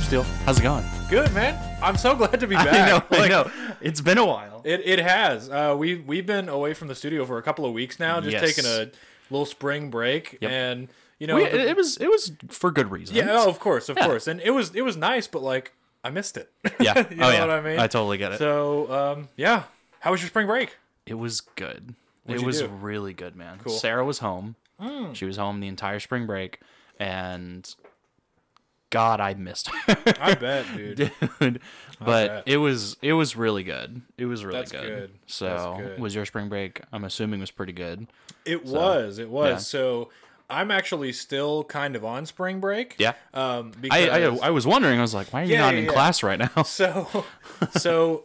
Steele. How's it going? Good man. I'm so glad to be back. I know, I Like, know. It's been a while. It it has. Uh, we we've been away from the studio for a couple of weeks now, just Yes. taking a little spring break, Yep. and you know, We- the- it, it was it was for good reasons. yeah, oh, of course, of Yeah. course, and it was it was nice, but like I missed it. Yeah. you know oh yeah. what I mean. I totally get it. so um, yeah. How was your spring break? it was good. it What'd you was do? Hmm. really good, man. Sarah was home. She was home the entire spring break, and God, I missed her, I bet, dude. dude. But bet. it was it was really good. It was really That's good. That's So good. was your spring break? I'm assuming was pretty good. It was. It was. So I'm actually still kind of on spring break. Yeah. Um, I, because I I was wondering. I was like, why are you Yeah, not yeah, in yeah. class right now? So, so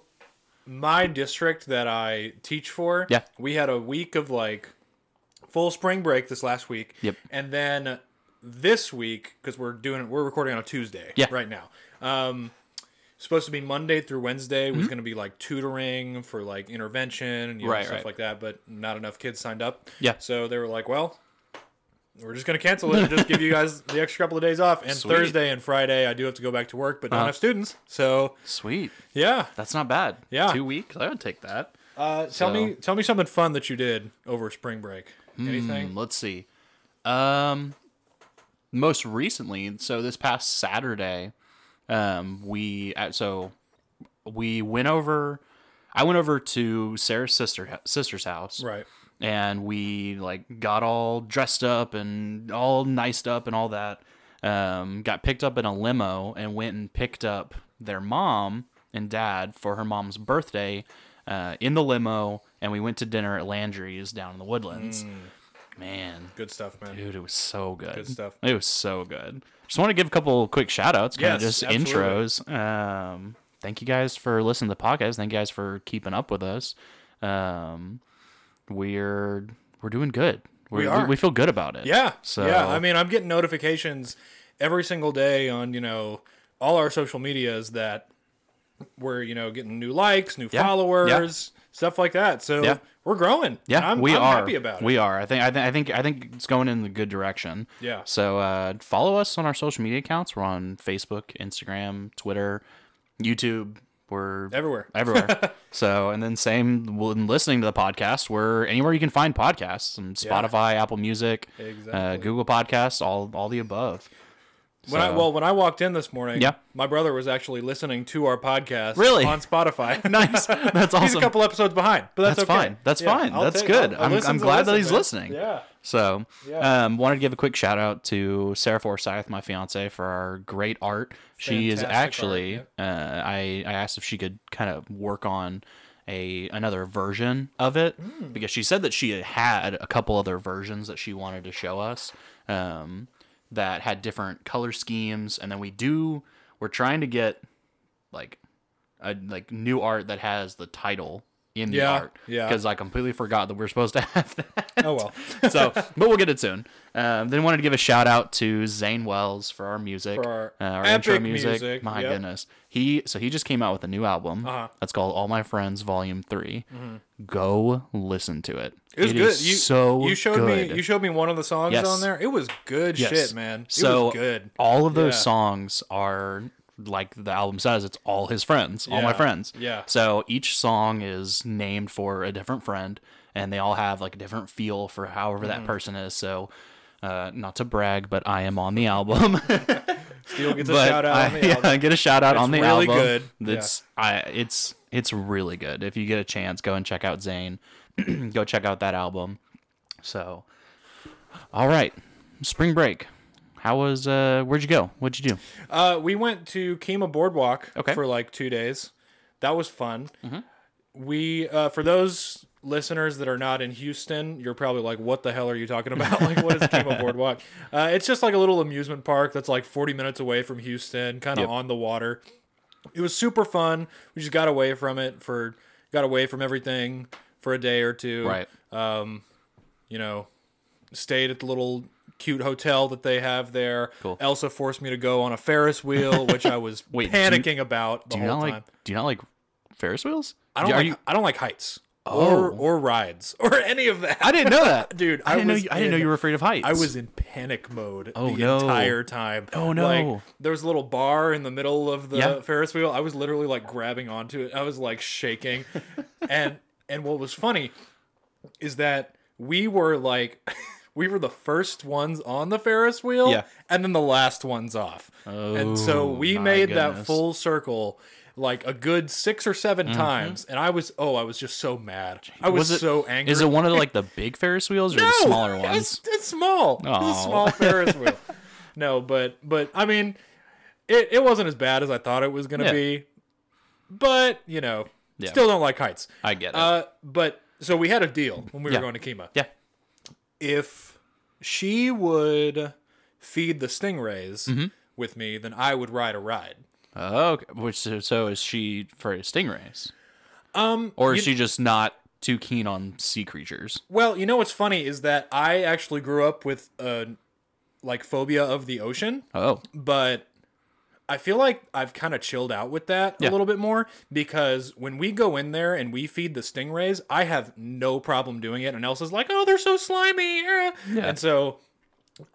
my district that I teach for, Yeah. we had a week of like full spring break this last week. Yep. And then this week, because we're doing we're recording on a Tuesday. Yeah. Right now. Um, supposed to be Monday through Wednesday was going to be like tutoring for like intervention and you know, Mm-hmm. Right, stuff right. like that, but not enough kids signed up. Yeah. So they were like, well. We're just gonna cancel it and just give you guys the extra couple of days off. And Sweet. Uh-huh. Thursday and Friday, I do have to go back to work, but not enough students. So Sweet. yeah. That's not bad. Yeah. Two weeks. I would take that. Uh, tell So- Hmm. me, tell me something fun that you did over spring break. Anything? Mm, Let's see. Um, most recently, so this past Saturday, um, we uh, so we went over. I went over to Sarah's sister sister's house, Right. and we like got all dressed up and all niced up and all that. Um, got picked up in a limo and went and picked up their mom and dad for her mom's birthday uh, in the limo, and we went to dinner at Landry's down in the Woodlands. Man, Good stuff, man. dude, it was so good. Good stuff. It was so good. Just want to give a couple quick shout outs, kind Yes, of just absolutely. intros. Um, thank you guys for listening to the podcast. Thank you guys for keeping up with us. Um, we're we're doing good. We're, We are. We, feel good about it. Yeah. So yeah. I mean, I'm getting notifications every single day on you know all our social medias that we're you know getting new likes, new Yeah. followers, stuff like that. So Yeah. we're growing. Yeah, And I'm, we I'm are. happy about it. We are. I think. I think. I think. I think it's going in the good direction. Yeah. So uh, follow us on our social media accounts. We're on Facebook, Instagram, Twitter, YouTube. We're Everywhere. Everywhere. so and then same when listening to the podcast. We're anywhere you can find podcasts. And Spotify, Apple Music, uh, Exactly. Google Podcasts, all all the above. When I So- well, when I walked in this morning, Yeah. my brother was actually listening to our podcast Really? on Spotify. nice. That's awesome. He's a couple episodes behind, but that's, That's okay. fine. That's fine. I'll That's take- good. I'll- I'll I'm- listen I'm to glad that he's man. listening. Yeah. So, Yeah. um, wanted to give a quick shout out to Sarah Forsyth, my fiance, for our great art. she is Fantastic actually, art, uh, I I asked if she could kind of work on a another version of it Hmm. because she said that she had had a couple other versions that she wanted to show us um, that had different color schemes, and then we do we're trying to get like a like new art that has the title in the Yeah, art yeah. because I completely forgot that we're supposed to have that Oh well. so, but we'll get it soon. Um, then wanted to give a shout out to Zane Wells for our music, For our uh, our epic intro music. music, My yep. goodness, he so he just came out with a new album Uh-huh. Mm-hmm. that's called All My Friends Volume 3 Go listen to it. It was It good. is you so you showed good. me you showed me one of the songs Yes. on there. It was good Yes. shit, man. It so uh, was good. All of those Yeah. songs are like the album says, it's all his friends, all my Yeah. friends. Yeah. So each song is named for a different friend, and they all have like a different feel for however Mm-hmm. that person is. So, uh, not to brag, but I am on the album. Steel gets a but shout out I, on the yeah, album. I get a shout out on the really album. good. Yeah. It's I it's it's really good. If you get a chance, go and check out Zane. go check out that album. So, all right, spring break. How was uh? Where'd you go? What'd you do? Uh, we went to Kima Boardwalk Okay. Mm-hmm. for like two days. That was fun. We uh, for those listeners that are not in Houston, you're probably like, "What the hell are you talking about? like, what is Kima Boardwalk?" Uh, it's just like a little amusement park that's like 40 minutes away from Houston, kind of Yep. on the water. It was super fun. We just got away from it for got away from everything for a day or two. you know, stayed at the little cute hotel that they have there. Cool. Elsa forced me to go on a Ferris wheel, which I was Wait, do you- panicking about the Do you whole not time. like? Do you not like Ferris wheels? I don't Are like you- I don't like heights. or or rides or any of that. I didn't know that, Dude, I, I didn't know. was You, I didn't know in- you were afraid of heights. I was in panic mode the Oh, no. entire time. Oh, no. Like, there was a little bar in the middle of the Yeah. Ferris wheel. I was literally like grabbing onto it. I was like shaking. and and what was funny is that we were like we were the first ones on the Ferris wheel Yeah. and then the last ones off. and so Oh, we my made that goodness. Mm-hmm. full circle like a good six or 7 times and I was oh I was just so mad. I was, it, so angry. Is it one of the, like the big Ferris wheels or the No, smaller ones? It's, it's small. It's a Aw. small Ferris wheel. No, but but I mean, it, it wasn't as bad as I thought it was gonna Yeah. be. But you know, Yeah. still don't like heights. I get it. Uh, but so we had a deal when we Yeah. were going to Kima. yeah. If she would feed the stingrays Mm-hmm. with me, then I would ride a ride. Oh, okay. Which so, so is she for stingrays? Um, or is she just not too keen on sea creatures? Well, you know what's funny is that I actually grew up with a like phobia of the ocean. Oh, but I feel like I've kind of chilled out with that Yeah. a little bit more because when we go in there and we feed the stingrays, I have no problem doing it. And Elsa's like, "Oh, they're so slimy," eh." and so,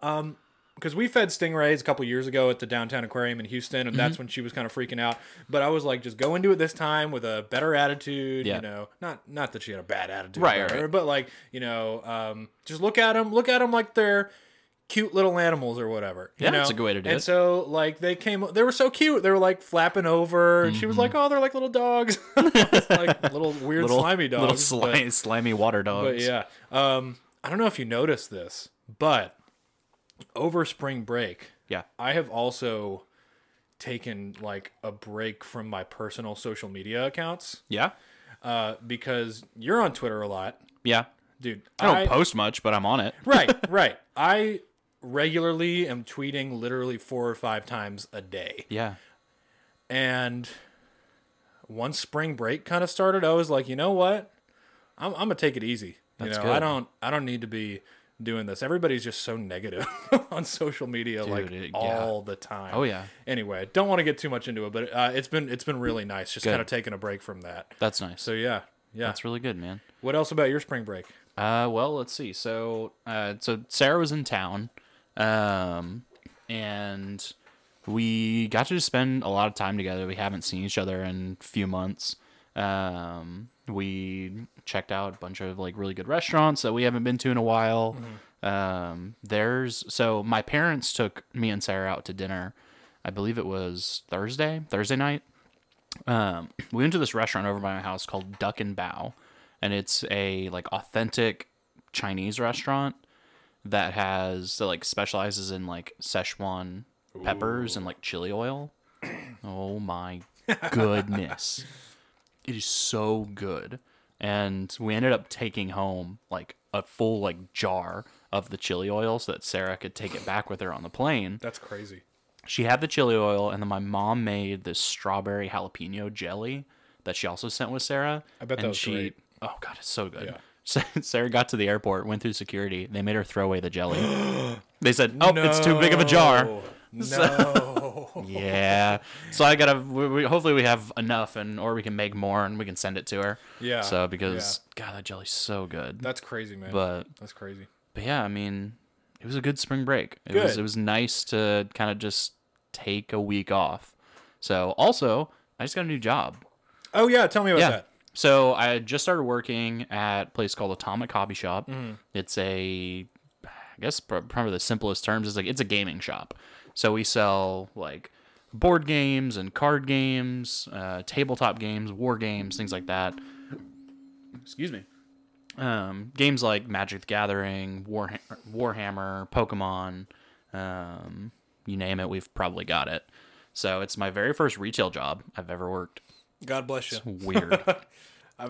um, because we fed stingrays a couple years ago at the downtown aquarium in Houston, and that's Mm-hmm. when she was kind of freaking out. But I was like, just go into it this time with a better attitude. Yeah. You know, not not that she had a bad attitude, Right, or right, whatever, right. But like, you know, um, just look at them, look at them like they're cute little animals or whatever. you Yeah, that's know? a good way to do and it. so like they came, they were so cute. They were like flapping over, and she was like, "Oh, they're like little dogs, It's like little weird Mm-hmm. little slimy dogs." little but- slimy, slimy water dogs. but yeah, um, I don't know if you noticed this, but over spring break, yeah. I have also taken like a break from my personal social media accounts Yeah. uh, because you're on Twitter a lot, Yeah. dude. I don't post much, but I'm on it. right, right. I regularly am tweeting literally four or five times a day. Yeah. And once spring break kind of started, I was like, you know what? I'm, I'm gonna take it easy. You That's know, good. I don't I don't need to be doing this. Everybody's just so negative on social media, like it- yeah. all the time. Oh, yeah. Anyway, don't want to get too much into it, but uh, it's been it's been really nice, just Good. kind of taking a break from that. That's nice. So yeah, yeah. That's really good, man. what else about your spring break? Uh, well, let's see. So, uh, so Sarah was in town, um, and we got to spend a lot of time together. We haven't seen each other in a few months. Um, we checked out a bunch of like really good restaurants that we haven't been to in a while. Um, there's so my parents took me and Sarah out to dinner. I believe it was Thursday, Thursday night um, we went to this restaurant over by my house called Duck and Bow, and it's a like authentic Chinese restaurant that has that like specializes in like Szechuan peppers and like chili oil. oh my goodness, it is so good. And we ended up taking home like a full like jar of the chili oil so that Sarah could take it back with her on the plane That's crazy. she had the chili oil, and then my mom made this strawberry jalapeno jelly that she also sent with Sarah. I bet that and was great. Oh god, it's so good. Sa- Sarah got to the airport, went through security. They made her throw away the jelly. they said, "Oh, it's too big of a jar." No. No. Yeah. So I gotta. We, we, hopefully, we have enough, and or we can make more, and we can send it to her. Yeah, So because God, that jelly's so good. That's crazy, man. but That's crazy. but yeah, I mean, it was a good spring break. It was Good. it was nice to kind of just take a week off. So also, I just got a new job. Oh yeah, tell me about that. So I had just started working at a place called Atomic Hobby Shop. Mm-hmm. It's a, I guess pr- probably the simplest terms is like it's a gaming shop. So we sell like board games and card games, uh, tabletop games, war games, things like that. Excuse me. Um, games like Magic the Gathering, Warha- Warhammer, Pokemon, um, you name it, we've probably got it. So it's my very first retail job I've ever worked God bless you. weird.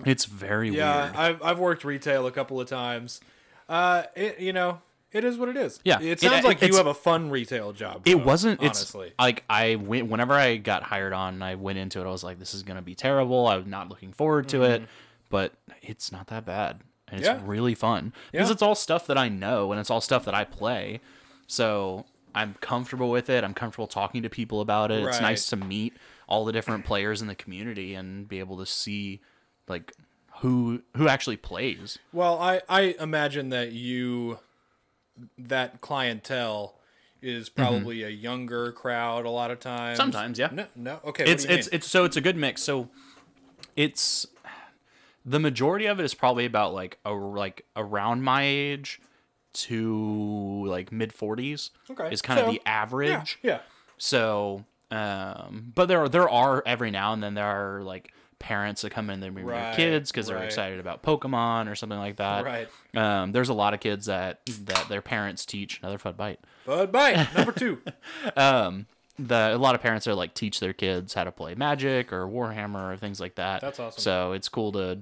it's very Yeah, weird. I've I've worked retail a couple of times. Uh, it you know it is what it is. Yeah, it it- sounds it- like you it's- have a fun retail job. it though, wasn't. It's honestly. like I went whenever I got hired on. I went into it. I was like, this is gonna be terrible. I'm not looking forward to it. But it's not that bad, and it's Mm-hmm. Yeah. really fun because Yeah. it's all stuff that I know and it's all stuff that I play. So I'm comfortable with it. I'm comfortable talking to people about it. It's Right. nice to meet all the different players in the community and be able to see like who who actually plays. Well, I, I imagine that you, that clientele is probably a younger crowd a lot of times. Mm-hmm. Sometimes, yeah. No, no. Okay. It's it's it's so it's a good mix. So it's the majority of it is probably about like a, like around my age to like mid 40s Okay, is kind so, of the average. yeah, yeah. So, um, but there are, there are every now and then there are like parents that come in and bring Right, their kids because right. they're excited about Pokemon or something like that. Right. Um, there's a lot of kids that that their parents teach another fud bite. Bud Bite number two. Um, the a lot of parents are like teach their kids how to play Magic or Warhammer or things like that. That's awesome. So it's cool to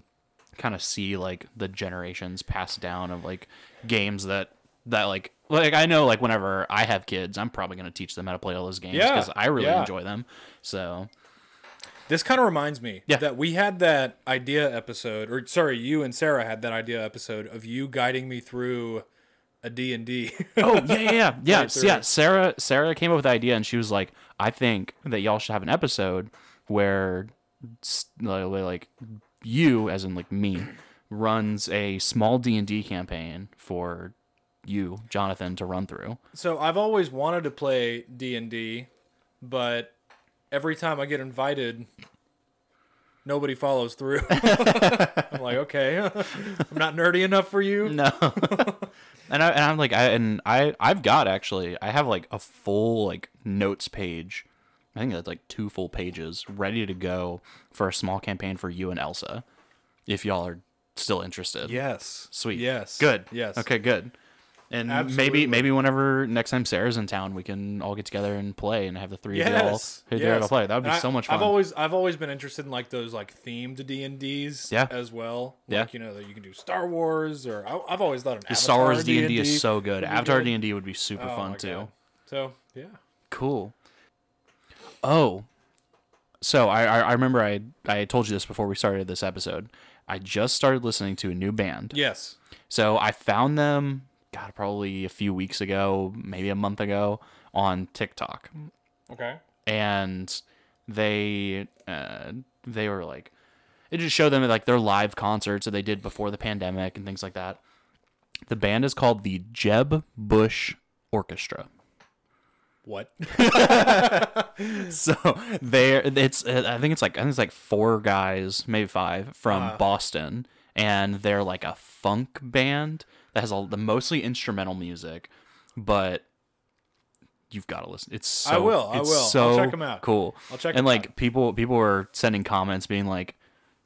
kind of see like the generations passed down of like games that that like like I know like whenever I have kids, I'm probably gonna teach them how to play all those games Yeah, because I really yeah. enjoy them. So This kind of reminds me Yeah. that we had that idea episode, or sorry, you and Sarah had that idea episode of you guiding me through a D and D. Oh yeah, yeah, yeah, yeah. Right, S- yeah. Sarah, Sarah came up with the idea, and she was like, "I think that y'all should have an episode where, s- li- li- like, you, as in like me, runs a small D and D campaign for you, Jonathan, to run through." So I've always wanted to play D and D, but every time I get invited, nobody follows through. I'm like, okay, I'm not nerdy enough for you. No. and I and I'm like I and I I've got actually I have like a full like notes page. I think that's like two full pages ready to go for a small campaign for you and Elsa, if y'all are still interested. Yes. Sweet. Yes. Good. Yes. Okay. Good. And Absolutely. maybe maybe whenever next time Sarah's in town, we can all get together and play and have the three of y'all Yes. who dare yes. to play. That would be And I- so much fun. I've always I've always been interested in like those like themed D and D's. Yeah. As well. Yeah. Like, you know that you can do Star Wars or I, I've always thought an Avatar Star Wars D D and D is so good. would be Avatar good. D and D would be super Oh fun my too. God. So yeah. Cool. Oh, so I, I I remember I I told you this before we started this episode. I just started listening to a new band. Yes. So I found them, God, probably a few weeks ago, maybe a month ago, on TikTok. Okay. and they uh, they were like it just showed them like their live concerts that they did before the pandemic and things like that. The band is called the Jeb Bush Orchestra. What? So they're it's uh, I think it's like I think it's like four guys, maybe five from Uh-huh. Boston, and they're like a funk band that has all the mostly instrumental music, but you've got to listen. It's so I will, I it's will. I'll So check 'em out. Cool. I'll check And 'em like people people were sending comments being like.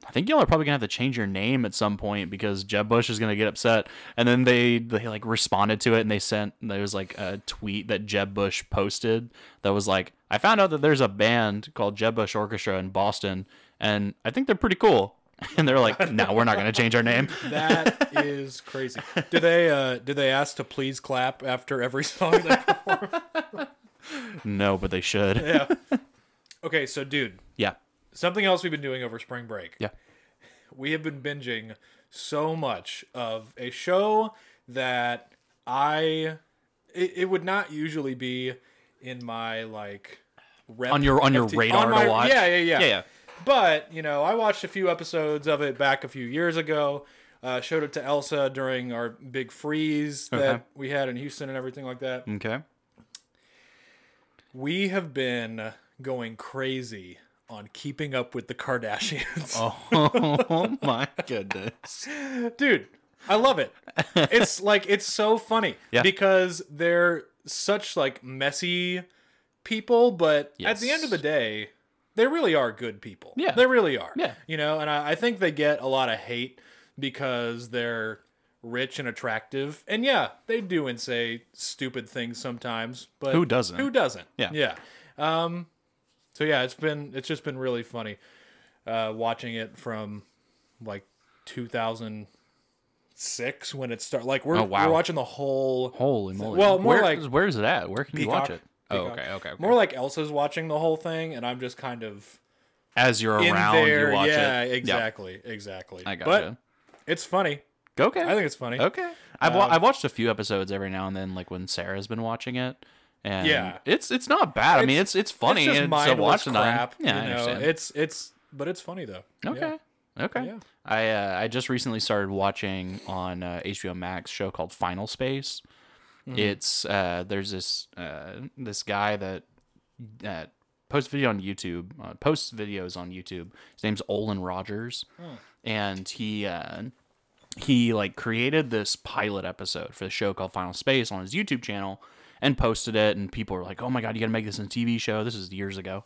I think y'all are probably gonna have to change your name at some point because Jeb Bush is gonna get upset. And then they they like responded to it and they sent there was like a tweet that Jeb Bush posted that was like, I found out that there's a band called Jeb Bush Orchestra in Boston, and I think they're pretty cool. And they're like, No, we're not gonna change our name. That is crazy. Do they uh do they ask to please clap after every song they perform? No, but they should. Yeah. yeah. Okay, so dude, Yeah. something else we've been doing over spring break. Yeah. we have been binging so much of a show that I it, it would not usually be in my like rep On your- on your of T- radar to watch? Yeah, yeah, yeah, Yeah, yeah. But you know, I watched a few episodes of it back a few years ago. Uh, showed it to Elsa during our big freeze Okay. Mm. that we had in Houston and everything like that. Okay. We have been going crazy on keeping up with the Kardashians. Oh my goodness. dude i love it it's like it's so funny Yeah. because they're such like messy people but at the Yes. end of the day they really are good people Yeah. they really are Yeah. you know and I, I think they get a lot of hate because they're rich and attractive and yeah they do and say stupid things sometimes but Who doesn't? who doesn't Yeah. yeah um so yeah it's been it's just been really funny uh watching it from like 2006 when it started. Like we're, Oh, wow. we're watching the whole Holy moly. Well, more Where- like- where is it at? Where can you watch Peacock. it? Oh, Peacock. okay, okay, okay. More like Elsa's watching the whole thing, and I'm just kind of As you're in around, there. you watch yeah, it. exactly, exactly. I gotcha. Oh, But it's funny. Go okay. I think um, it's funny. Okay. I've wa- I've watched a few episodes every now and then, like when Sarah's been watching it, and Yeah. it's it's not bad. I mean, it's it's funny It's just and it's a mindless watch and I- crap. Yeah, you I know? understand. It's it's but it's funny though. okay. Yeah. Okay. Yeah. I uh, I just recently started watching on uh, HBO Max show called Final Space. Mm-hmm. It's uh, there's this uh, this guy that that posts video on YouTube, uh, posts videos on YouTube. His name's Olin Rogers, Hmm. and he uh, he like created this pilot episode for the show called Final Space on his YouTube channel and posted it, and people were like, "Oh my god, you got to make this into a TV show." This is years ago.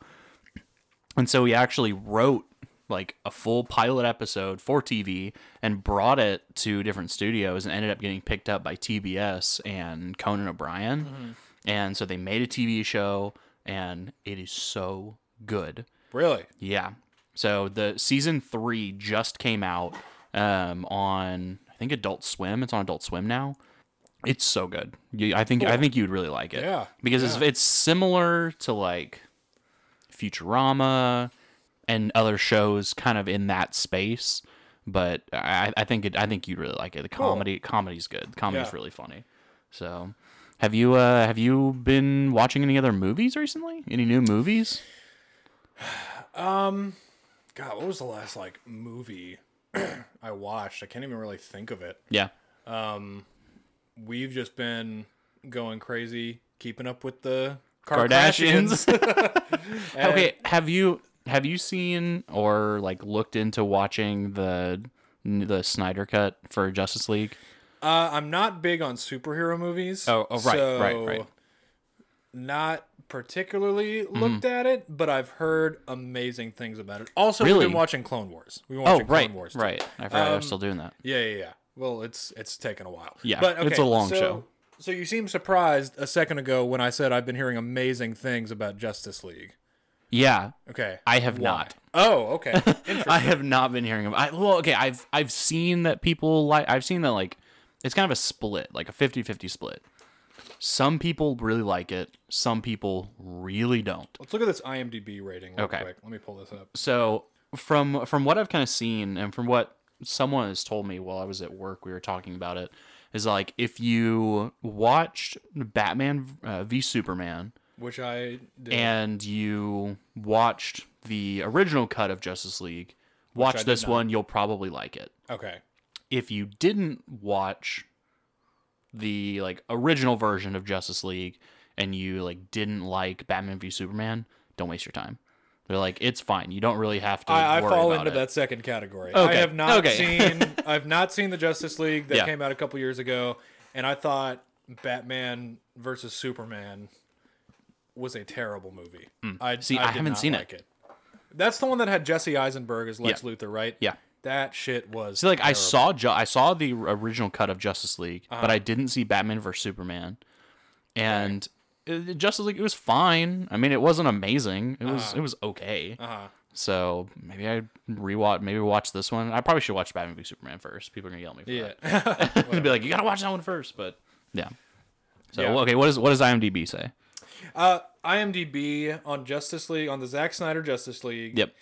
And so he actually wrote like a full pilot episode for TV and brought it to different studios and ended up getting picked up by TBS and Conan O'Brien. And so they made a TV show and it is so good. Really? Yeah. So the season three just came out um, on I think Adult Swim. It's on Adult Swim now. It's so good. You, I think I think you'd really like it. Yeah, Because It's, it's similar to like Futurama and other shows, kind of in that space. But I, I think it, I think you'd really like it. The comedy comedy's good. The comedy's Yeah. really funny. So. Have you uh, have you been watching any other movies recently? Any new movies? God, what was the last like movie I watched? I can't even really think of it. Yeah. We've just been going crazy, keeping up with the Kardashians. And- okay, have you have you seen or like looked into watching the the Snyder cut for Justice League? Uh, I'm not big on superhero movies. Oh, oh, right, right, right. Mm-hmm. Not particularly looked at it, but I've heard amazing things about it. Also, we've Really? been watching Clone Wars. We've been Oh, watching Clone right, Wars. too. right. I forgot I was still doing that. Yeah, yeah, yeah. Well, it's it's taken a while. Yeah, it's a long so- show. So you seemed surprised a second ago when I said I've been hearing amazing things about Justice League. Yeah, Okay. I have not. Oh, okay. I have not been hearing about. I, well, okay, I've I've seen that people like. I've seen that like it's kind of a split, like a 50-50 split. Some people really like it. Some people really don't. Let's look at this IMDb rating real Okay. quick. Let me pull this up. so from from what I've kind of seen and from what someone has told me while I was at work, we were talking about it is like if you watched Batman uh, v Superman Which I did. and you watched the original cut of Justice League, watch did this not. one, you'll probably like it. okay. If you didn't watch the like original version of Justice League and you like didn't like Batman v Superman, don't waste your time. They're like it's fine. You don't really have to. I, I worry fall about into it. that second category. I Okay. have not Okay. seen I've not seen the Justice League that Yeah. came out a couple years ago, and I thought Batman versus Superman was a terrible movie. I Hmm. See, I did haven't not seen it. like That's the one that had Jesse Eisenberg as Lex Yeah. Luthor, right? Yeah. That shit was See, like I saw, Ju- I saw the original cut of Justice League, Uh-huh. but I didn't see Batman vs Superman, and uh, Justice League it was fine. I mean, it wasn't amazing. It Uh-huh. was it was okay. uh So maybe I rewatch, maybe watch this one. I probably should watch Batman v Superman first. People are gonna yell at me for yeah. that. They'll be like, you gotta watch that one first. But yeah. So Yeah. okay, what does what does IMDb say? uh, IMDb on Justice League on the Zack Snyder Justice League. Yep.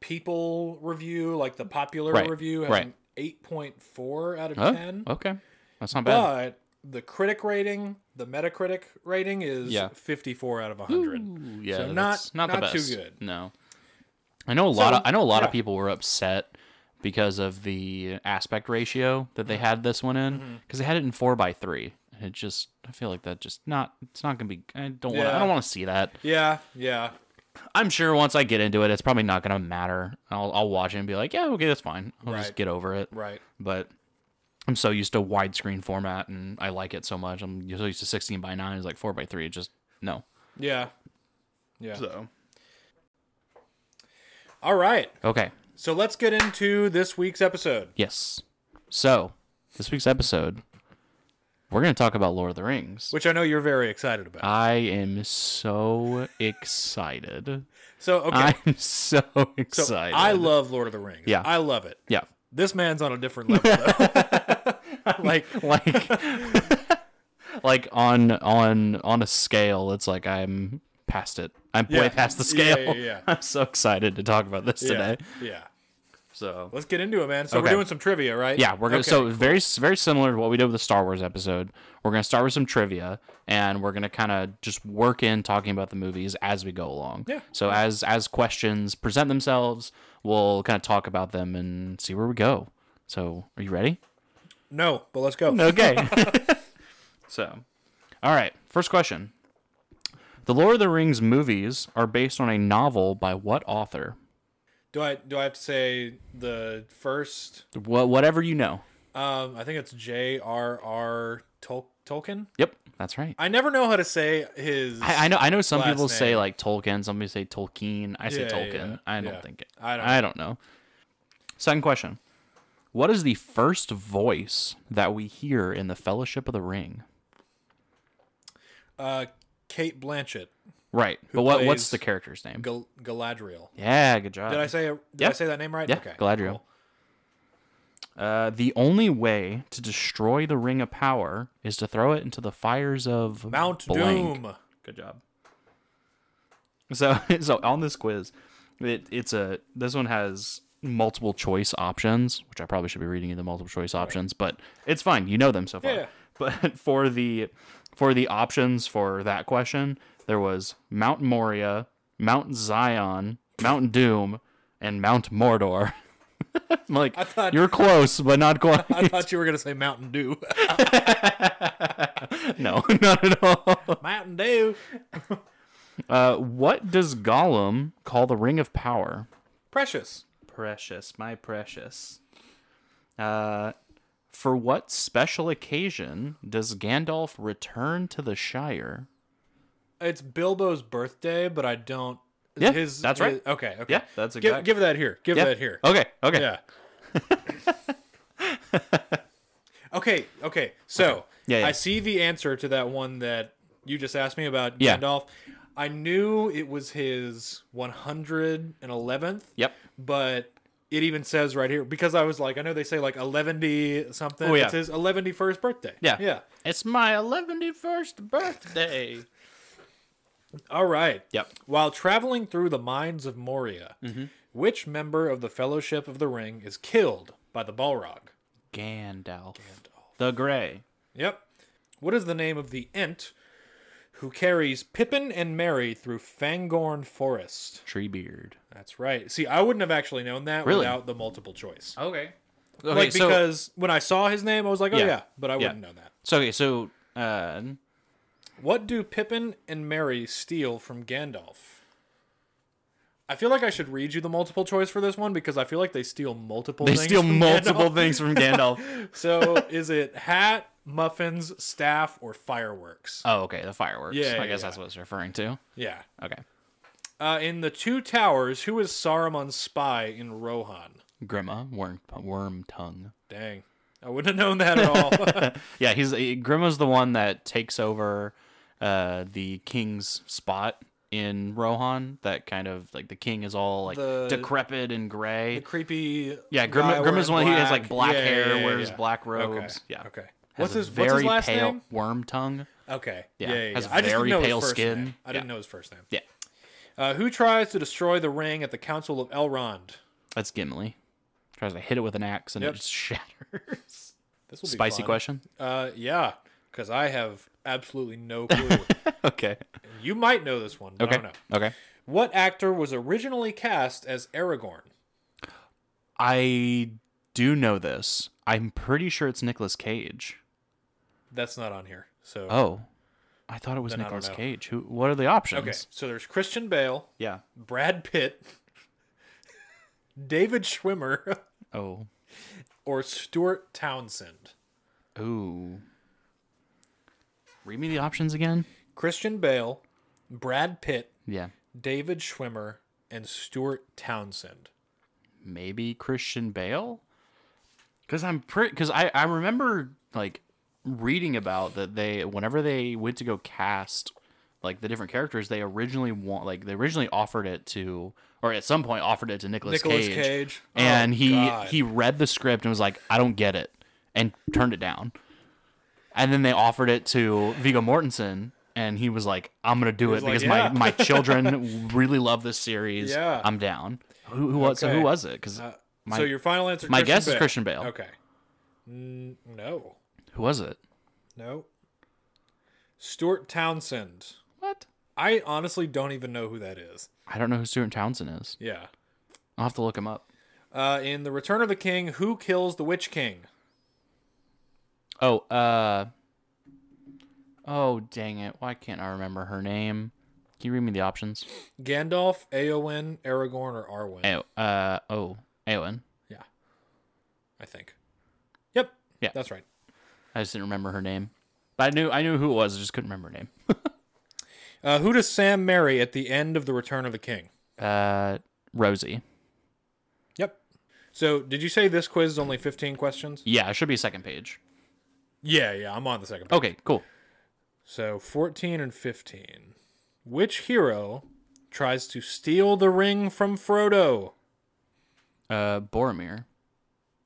People review like the popular Right. review has Right. an eight point four out of Huh? ten. Oh, Okay, that's not bad. But the critic rating, the Metacritic rating is Yeah. 54 out of 100. Ooh, yeah, So not- that's not not the too best. good. No, I know a lot. So, of, I know a lot of yeah. people were upset because of the aspect ratio that they had this one in Mm-hmm. because they had it in four by three. And It just, I feel like that just not. It's not gonna be. I don't want. to I Yeah. don't want to see that. Yeah, yeah. I'm sure once I get into it, it's probably not gonna matter. I'll, I'll watch it and be like, yeah, okay, that's fine. I'll just Right. get over it. Right. But I'm so used to widescreen format and I like it so much. I'm so used to 16 by nine. It's like four by three. It just no. Yeah. Yeah. So All right. okay. So let's get into this week's episode. Yes. So, this week's episode, we're going to talk about Lord of the Rings. Which I know you're very excited about. I am so excited. So okay, I'm so so excited. I love Lord of the Rings. Yeah. I love it. yeah. This man's on a different level. though. Like like like on on on a scale, it's like I'm past it. I'm Yeah. way past the Yeah, scale. yeah, yeah. I'm so excited to talk about this yeah. today. Yeah. So Let's get into it, man. So Okay. we're doing some trivia, right? Yeah, we're gonna. Okay. So very very similar to what we did with the Star Wars episode. We're gonna start with some trivia, and we're gonna kind of just work in talking about the movies as we go along. Yeah. So as as questions present themselves, we'll kind of talk about them and see where we go. So are you ready? No, but let's go. Okay. so, all right. First question: The Lord of the Rings movies are based on a novel by what author? Do I do I have to say the first? Wha whatever you know. Um, I think it's J.R.R. Tol- Tolkien. Yep, that's right. I never know how to say his. I, I know. I know. Some people last say name. like Tolkien. Some people say Tolkien. I say Yeah, Tolkien. yeah, I don't yeah. think it. I don't I don't know. Second question: What is the first voice that we hear in the Fellowship of the Ring? uh, Kate Blanchett, Right. But what, what's plays the character's name? Gal- Galadriel. yeah. Good job. Did I say it- did yeah. I say that name right? Yeah, Galadriel. cool. Uh, the only way to destroy the Ring of Power is to throw it into the fires of Mount blank. Doom. Good job. So so on this quiz, it, it's a this one has multiple choice options, which I probably should be reading you the multiple choice options, but it's fine. You know them so far. Yeah. But for the for the options for that question, there was Mount Moria, Mount Zion, Mount Doom, and Mount Mordor. I'm like thought- you're close, but not quite. I thought you were gonna say Mountain Dew. no, not at all. Mountain Dew. Uh, what does Gollum call the Ring of Power? Precious. Precious, my precious. Uh, for what special occasion does Gandalf return to the Shire? It's Bilbo's birthday, but I don't. Yeah, that's right. his- okay. Okay. Yeah, that's Give, exact- give that here. Give Yeah. that here. Okay. Okay. Yeah. okay, okay. So Yeah, yeah. I see the answer to that one that you just asked me about Yeah. Gandalf. I knew it was his 111th. Yep. But it even says right here because I was like, I know they say like 110 something. Oh, yeah. It's his 111st birthday. Yeah. Yeah. It's my 111st birthday. All right. Yep. Mm-hmm. While traveling through the mines of Moria, which member of the Fellowship of the Ring is killed by the Balrog? Gandalf. The Grey. Yep. What is the name of the Ent who carries Pippin and Mary through Fangorn Forest? Treebeard. That's right. See, I wouldn't have actually known that Really? without the multiple choice. Okay. Okay. like so, because when I saw his name, I was like, oh Yeah. yeah, but I Yeah. wouldn't know that. so okay. So uh, What do Pippin and Mary steal from Gandalf? I feel like I should read you the multiple choice for this one because I feel like they steal multiple they things. steal from multiple Gandalf. things from Gandalf. So is it hat, muffins, staff, or fireworks? oh, okay. The fireworks. Yeah, I yeah, guess yeah. that's what it's referring to. yeah. Okay. Uh, in the Two Towers, who is Saruman's spy in Rohan? Grima, worm, worm tongue. Dang, I wouldn't have known that at all. Yeah, he's he- Grima's the one that takes over uh, the king's spot in Rohan. That kind of like the king is all like The- decrepit and gray. Creepy. yeah, guy Grima, Grima's the one wearing he has like black Yeah, yeah, hair, yeah, yeah, wears yeah. black Okay, robes. Yeah, Okay. Has What's a his very What's his last pale name? worm tongue. Okay. Yeah, Yeah. yeah, yeah. has I just very didn't know pale his first skin. Name. I Yeah. didn't know his first name. Yeah, Uh, who tries to destroy the ring at the Council of Elrond? that's Gimli. Tries to hit it with an axe and Yep. it just shatters. This will be Spicy fun. question. Uh, yeah, because I have absolutely no clue. okay. you might know this one. But I Okay. don't know. Okay. What actor was originally cast as Aragorn? I do know this. I'm pretty sure it's Nicolas Cage. That's not on here. So Oh, I thought it was Then I don't Nicolas know. Cage. Who? What are the options? Okay, so there's Christian Bale, Yeah. Brad Pitt, David Schwimmer, Oh. or Stuart Townsend. Ooh. Read me the options again. Christian Bale, Brad Pitt, Yeah. David Schwimmer, and Stuart Townsend. Maybe Christian Bale. Because I'm pretty. Because I I remember like reading about that they whenever they went to go cast like the different characters they originally want like they originally offered it to or at some point offered it to Nicolas Nicolas Cage. Cage. Oh, and he God. he read the script and was like, "I don't get it," and turned it down. And then they offered it to Vigo Mortensen, and he was like, "I'm gonna do it was like, because "Yeah." my, my children really love this series. Yeah. I'm down." Who, who was so Okay. who was it? Because Uh, My, so your final answer? my Christian guess is Bale. Christian Bale. Okay. N- no. Who was it? No. Stuart Townsend. What? I honestly don't even know who that is. I don't know who Stuart Townsend is. Yeah. I'll have to look him up. Uh, in The Return of the King, who kills the Witch King? Oh, uh. Oh, dang it. Why can't I remember her name? Can you read me the options? Gandalf, Aowen, Aragorn, or Arwen? Oh, uh, oh, Aowen. Yeah. I think. Yep. Yeah. That's right. I just didn't remember her name. But I knew I knew who it was. I just couldn't remember her name. Uh, who does Sam marry at the end of The Return of the King? Uh, Rosie. Yep. So, did you say this quiz is only 15 questions? Yeah, it should be second page. Yeah, yeah, I'm on the second. page. Okay, cool. So, 14 and 15. Which hero tries to steal the ring from Frodo? Uh, Boromir.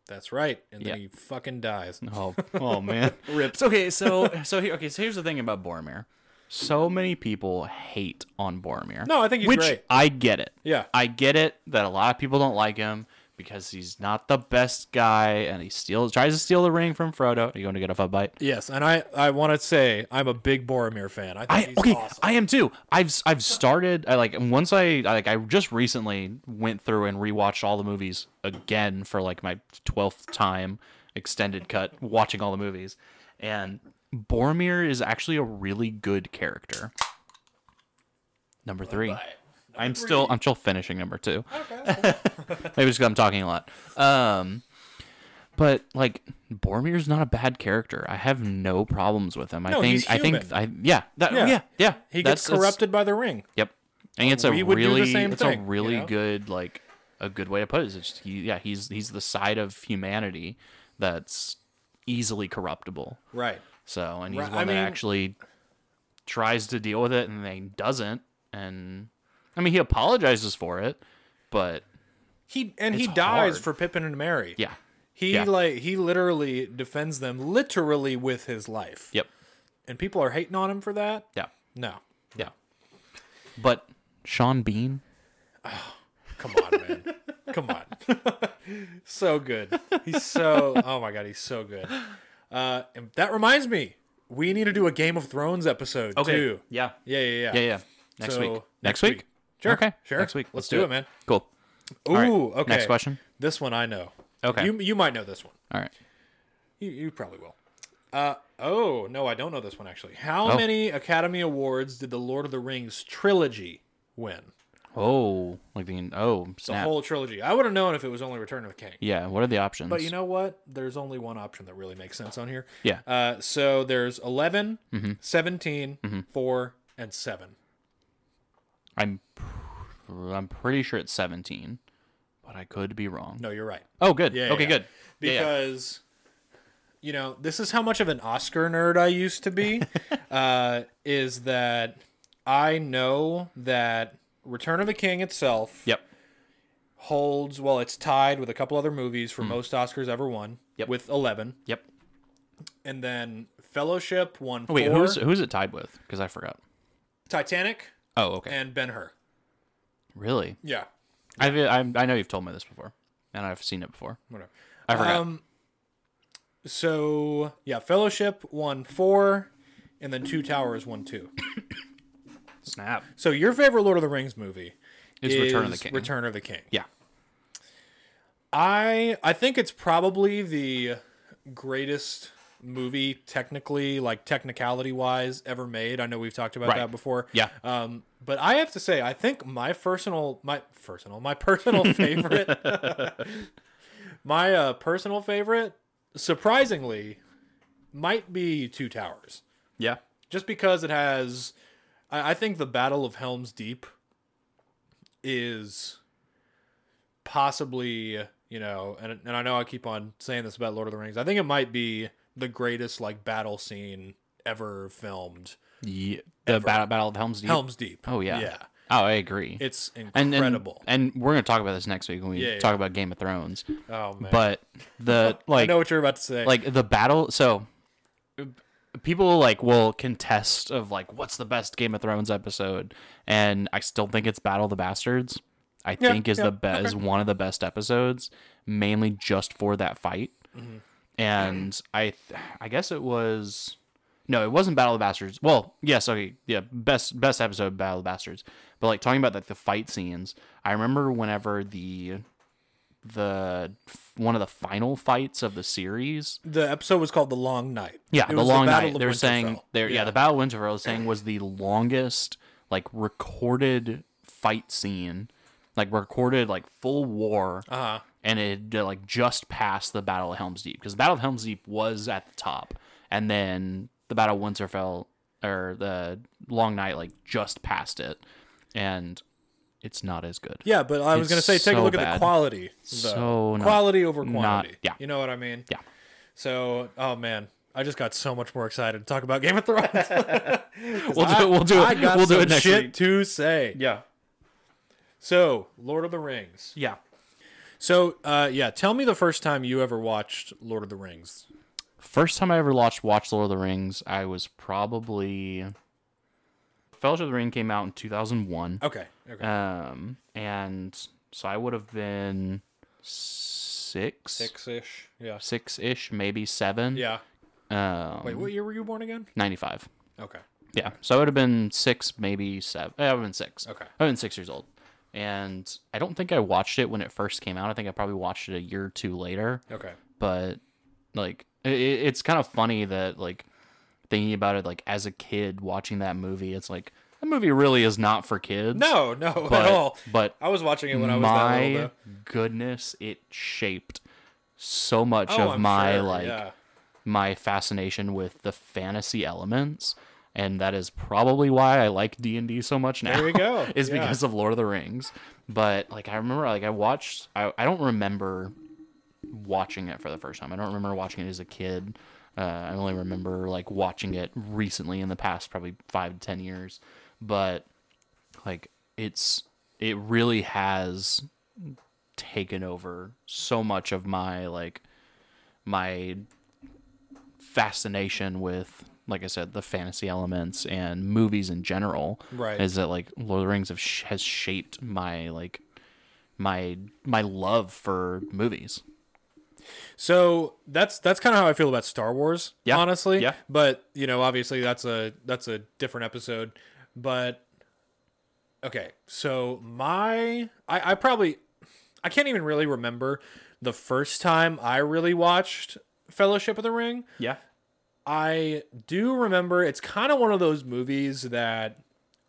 That's right. And then Yeah. he fucking dies. Oh, oh man. Rips. Okay, so so here, okay, so here's the thing about Boromir. So many people hate on Boromir. No, I think he's which great. I get it. Yeah. I get it that a lot of people don't like him because he's not the best guy, and he steals tries to steal the ring from Frodo. Are you going to get a fub bite? Yes, and I, I want to say I'm a big Boromir fan. I think I he's okay, awesome. I am too. I've I've started. I like once I I, like I just recently went through and rewatched all the movies again for like my twelfth time, extended cut, watching all the movies, and Boromir is actually a really good character. Number three. I'm still I'm still finishing number two. Maybe just because I'm talking a lot. Um, but like Boromir's not a bad character. I have no problems with him. I No, think he's I think human. I yeah that, Yeah. yeah yeah He gets that's- that's- corrupted by the ring. Yep, and it's a we would do the really same it's thing, a you really know? good like a good way to put it. It's just, he, yeah, he's he's the side of humanity that's easily corruptible. Right. So and he's Right, one I that mean- actually tries to deal with it and then doesn't. And I mean he apologizes for it, but He and he It's dies hard. for Pippin and Mary. yeah, He Yeah. like he literally defends them literally with his life. yep, And people are hating on him for that? yeah. No. Yeah. But Sean Bean, Come on, man. Come on. so good. He's so oh my god, he's so good. Uh and that reminds me, we need to do a Game of Thrones episode too. Yeah. Yeah, yeah, yeah. Yeah, yeah. Next So, week. next Next, week? week. Sure. Okay. Sure. Next week. Let's do it, man. Cool. Ooh, right. okay. Next question. This one I know. Okay. You you might know this one. All right. You, you probably will. Uh, oh, no, I don't know this one actually. How Oh. many Academy Awards did the Lord of the Rings trilogy win? Oh, like the oh The snap. whole trilogy. I would have known if it was only Return of the King. yeah. What are the options? But you know what? There's only one option that really makes sense on here. Yeah. Mm-hmm. Uh, so there's 11, 17, 4, and 7. I'm pr- I'm pretty sure it's 17, but I could be wrong. No, you're right. Oh, good. Yeah, okay, yeah. good. Yeah, yeah. Because, you know, this is how much of an Oscar nerd I used to be. uh, is that I know that Return of the King itself Yep. holds well it's tied with a couple other movies for most oscars ever won Hmm. Yep. with 11 Yep. and then fellowship won Oh, wait, four, who's who's it tied with? Because I forgot. titanic Oh, okay. and ben-hur really? yeah I've, I'm, I know you've told me this before, and I've seen it before. whatever I forgot. um so yeah fellowship won four and then two towers won two Snap. so your favorite lord of the rings movie It's Return of the is King. return of the king Yeah. I I think it's probably the greatest movie technically, like technicality wise, ever made. I know we've talked about Right. that before. Yeah. Um, but I have to say, I think my personal my personal my personal favorite my uh, personal favorite, surprisingly, might be Two Towers. Yeah. Just because it has I, I think the Battle of Helm's Deep is possibly you know and, and i know i keep on saying this about lord of the rings i think it might be the greatest like battle scene ever filmed Yeah, the battle, battle of Helm's Deep. helms deep Oh yeah. yeah Oh, I agree. it's and, and- incredible And, we're gonna talk about this next week when we Yeah, yeah. talk about Game of Thrones. oh man But the i like know what you're about to say like the battle. So people like will contest of like what's the best Game of Thrones episode, and I still think it's Battle of the Bastards. I Yeah, think is yeah, the be- is one of the best episodes, mainly just for that fight. Mm-hmm. And I th- I guess it was no, it wasn't Battle of the Bastards. Well, yes, okay, yeah, best best episode of Battle of the Bastards. But like talking about like the fight scenes, I remember whenever the the one of the final fights of the series The episode was called The Long Night. yeah, It the was long Battle night. of They were saying Winterfell. there. Yeah. the Battle of Winterfell. Was saying was the longest like recorded fight scene, like recorded like full war, Uh-huh. and it uh, like just past the Battle of Helm's Deep because the Battle of Helm's Deep was at the top, and then the Battle of Winterfell or the Long Night like just past it, and it's not as good. Yeah, but I It's was going to say, take a so look at bad. the quality. though. So not- quality over quantity. not- yeah. You know what I mean? Yeah. So, oh man, I just got so much more excited to talk about Game of Thrones. We'll do it. We'll do I it. got We'll do some it next shit week. to say. Yeah. So, Lord of the Rings. Yeah. So, uh, yeah, tell me the first time you ever watched Lord of the Rings. First time I ever watched Watch Lord of the Rings, I was probably Fellowship of the Ring came out in 2001. Okay. Okay. Um and so I would have been 6 Six ish. Yeah. 6ish, maybe 7. Yeah. Um Wait, what year were you born again? 95. Okay. Yeah. So I would have been 6, maybe 7. I would have been 6. Okay. I would have been 6 years old. And I don't think I watched it when it first came out. I think I probably watched it a year or two later Okay. but like it, it's kind of funny that like thinking about it like as a kid watching that movie it's like that movie really is not for kids No, no, but, at all. but I was watching it when I was that little. my Though. goodness it shaped so much Oh, of I'm my sure, like yeah. my fascination with the fantasy elements and that is probably why I like D&D so much now. There you go. is Yeah. because of Lord of the Rings. But like I remember like I watched I, I don't remember watching it for the first time. I don't remember watching it as a kid. Uh, I only remember like watching it recently in the past probably 5 to 10 years. But like it's it really has taken over so much of my like my fascination with like i said the fantasy elements and movies in general Right. is that like lord of the rings have sh- has shaped my like my my love for movies So that's that's kind of how I feel about Star Wars, Yeah, honestly. yeah. But you know, obviously that's a that's a different episode. But okay, so my I, I probably I can't even really remember the first time I really watched Fellowship of the Ring. yeah I do remember it's kind of one of those movies that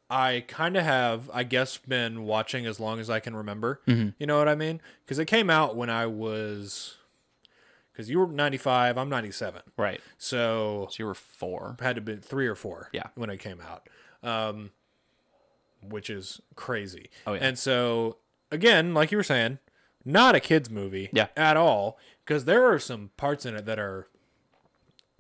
I kind of have, I guess, been watching as long as I can remember. Mm-hmm. You know what I mean? Because it came out when I was, because you were 95, I'm 97. right So so you were four had to be three or four Yeah. when it came out, um, which is crazy. Oh, yeah. And so, again, like you were saying, not a kid's movie Yeah. at all, because there are some parts in it that are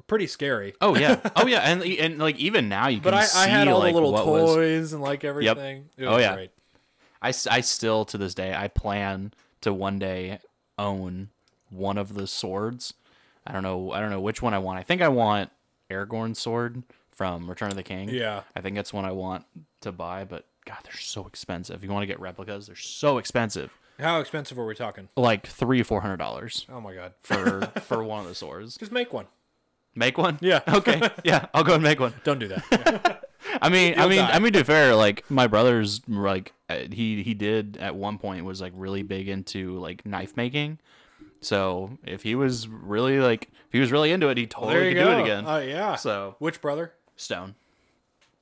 pretty scary. oh yeah oh yeah and and like even now you can But I, see I had all like the little what was toys and like everything. It Oh, was yeah. great. I, s- I still to this day I plan to one day own one of the swords. I don't know I don't know which one I want. I think I want Aragorn's sword from Return of the King. Yeah. I think that's one I want to buy, but God, they're so expensive. You want to get replicas? They're so expensive, How expensive are we talking? like three four hundred dollars Oh my god. for for one of the swords. Just make one. Make one. Yeah. Okay. Yeah, I'll go and make one. Don't do that. Yeah. I mean, I You'll mean, die. I mean. To be fair, like my brother's like uh, he he did at one point was like really big into like knife making. So if he was really like if he was really into it, he there totally you could go. do it again. Oh yeah. so Which brother? Stone,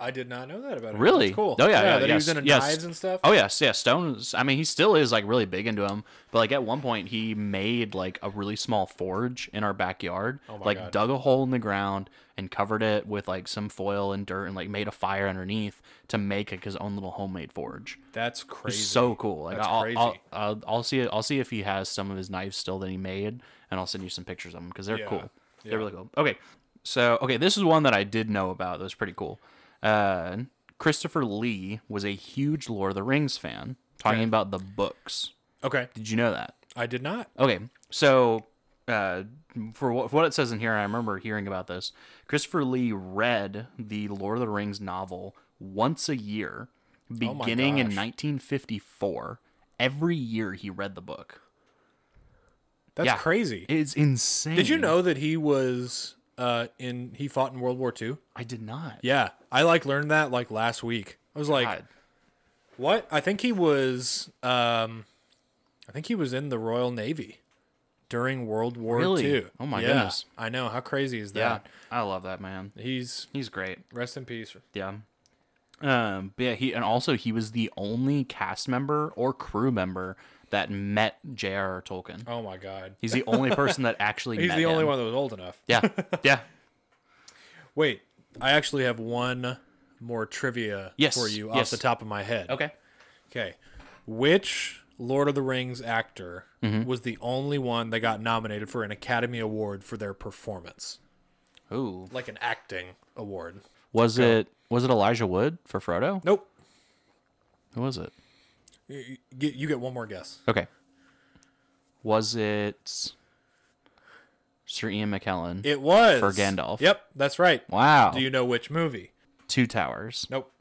I did not know that about him. really That's cool. Oh yeah, yeah, that he yes, was into yes. knives and stuff. Oh yes, yeah. Stone. Is, I mean, he still is like really big into him. But like at one point, he made like a really small forge in our backyard. Oh, my like God. dug a hole in the ground and covered it with like some foil and dirt and like made a fire underneath to make like his own little homemade forge. That's crazy. so cool. Like That's I'll, crazy. I'll, I'll, I'll see it. I'll see if he has some of his knives still that he made, and I'll send you some pictures of them because they're Yeah. cool. They're really cool. Okay, so okay, this is one that I did know about. That was pretty cool. Uh, Christopher Lee was a huge Lord of the Rings fan. Talking Okay. about the books, Okay. did you know that? I did not. Okay, so uh, for, what, for what it says in here, I remember hearing about this. Christopher Lee read the Lord of the Rings novel once a year, Oh my beginning in gosh. 1954 every year he read the book. That's Yeah. crazy. It's insane. Did you know that he was uh in he fought in World War II? I did not. Yeah. I like learned that like last week. I was like, God. what? I think he was um I think he was in the Royal Navy during World War Really? II. Oh my Yeah. goodness. I know. How crazy is yeah, that? I love that man. He's He's great. rest in peace. Yeah. Um, but yeah, he and also he was the only cast member or crew member that met J.R.R. Tolkien. Oh my god. He's the only person that actually He's met the only him. one that was old enough. Yeah. Yeah. Wait, I actually have one more trivia Yes, for you off yes. the top of my head. Okay. Okay. Which Lord of the Rings actor Mm-hmm. was the only one that got nominated for an Academy Award for their performance? Ooh. Like an acting award. Was it was it Elijah Wood for Frodo? Nope. Who was it? You you get, you get one more guess. Okay. Was it Sir Ian McKellen? It was. For Gandalf. Yep, that's right. wow. Do you know which movie? Two Towers. Nope.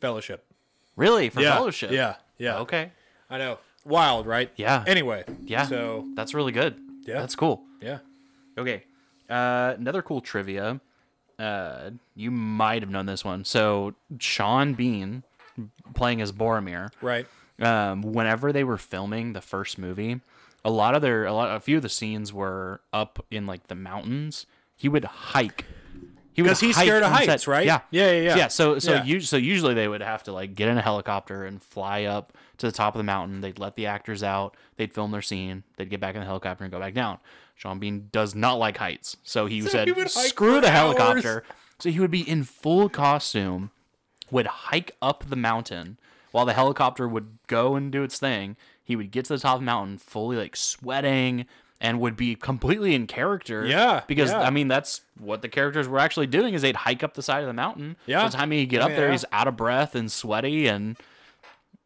Fellowship. Really? For Yeah. Fellowship? Yeah. Yeah. Oh, Okay. I know. Wild, right? Yeah. Anyway. Yeah. So, That's really good. Yeah. That's cool. yeah. Okay. Uh, another cool trivia. Uh, you might have known this one. So Sean Bean playing as Boromir. Right. Um, whenever they were filming the first movie, a lot of their a lot a few of the scenes were up in like the mountains. He would hike. He would Because he's hike scared of on heights, set. right? Yeah. Yeah, yeah, yeah. Yeah. So so Yeah. u- so usually they would have to like get in a helicopter and fly up to the top of the mountain. They'd let the actors out. They'd film their scene. They'd get back in the helicopter and go back down. Sean Bean does not like heights, so he said, he would hike "Screw for the hours." helicopter." So he would be in full costume, would hike up the mountain while the helicopter would go and do its thing. He would get to the top of the mountain fully like sweating and would be completely in character. Yeah, Because yeah. I mean that's what the characters were actually doing is they'd hike up the side of the mountain. Yeah. By the time he'd get up Yeah. there, he's out of breath and sweaty and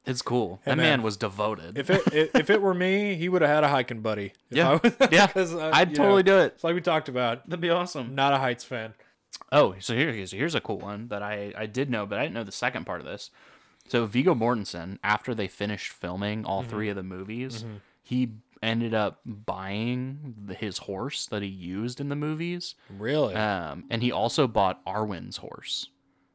it's cool. that man, man. was devoted. If it, it if it were me, he would have had a hiking buddy. If yeah. I was- yeah. 'cause, uh, I'd you totally know, do it. It's like we talked about. That'd be awesome. Not a heights fan. Oh, so here, here's, here's a cool one that I, I did know, but I didn't know the second part of this. So Vigo Mortensen, after they finished filming all three of the movies, he ended up buying the, his horse that he used in the movies, Really? um, and he also bought Arwen's horse,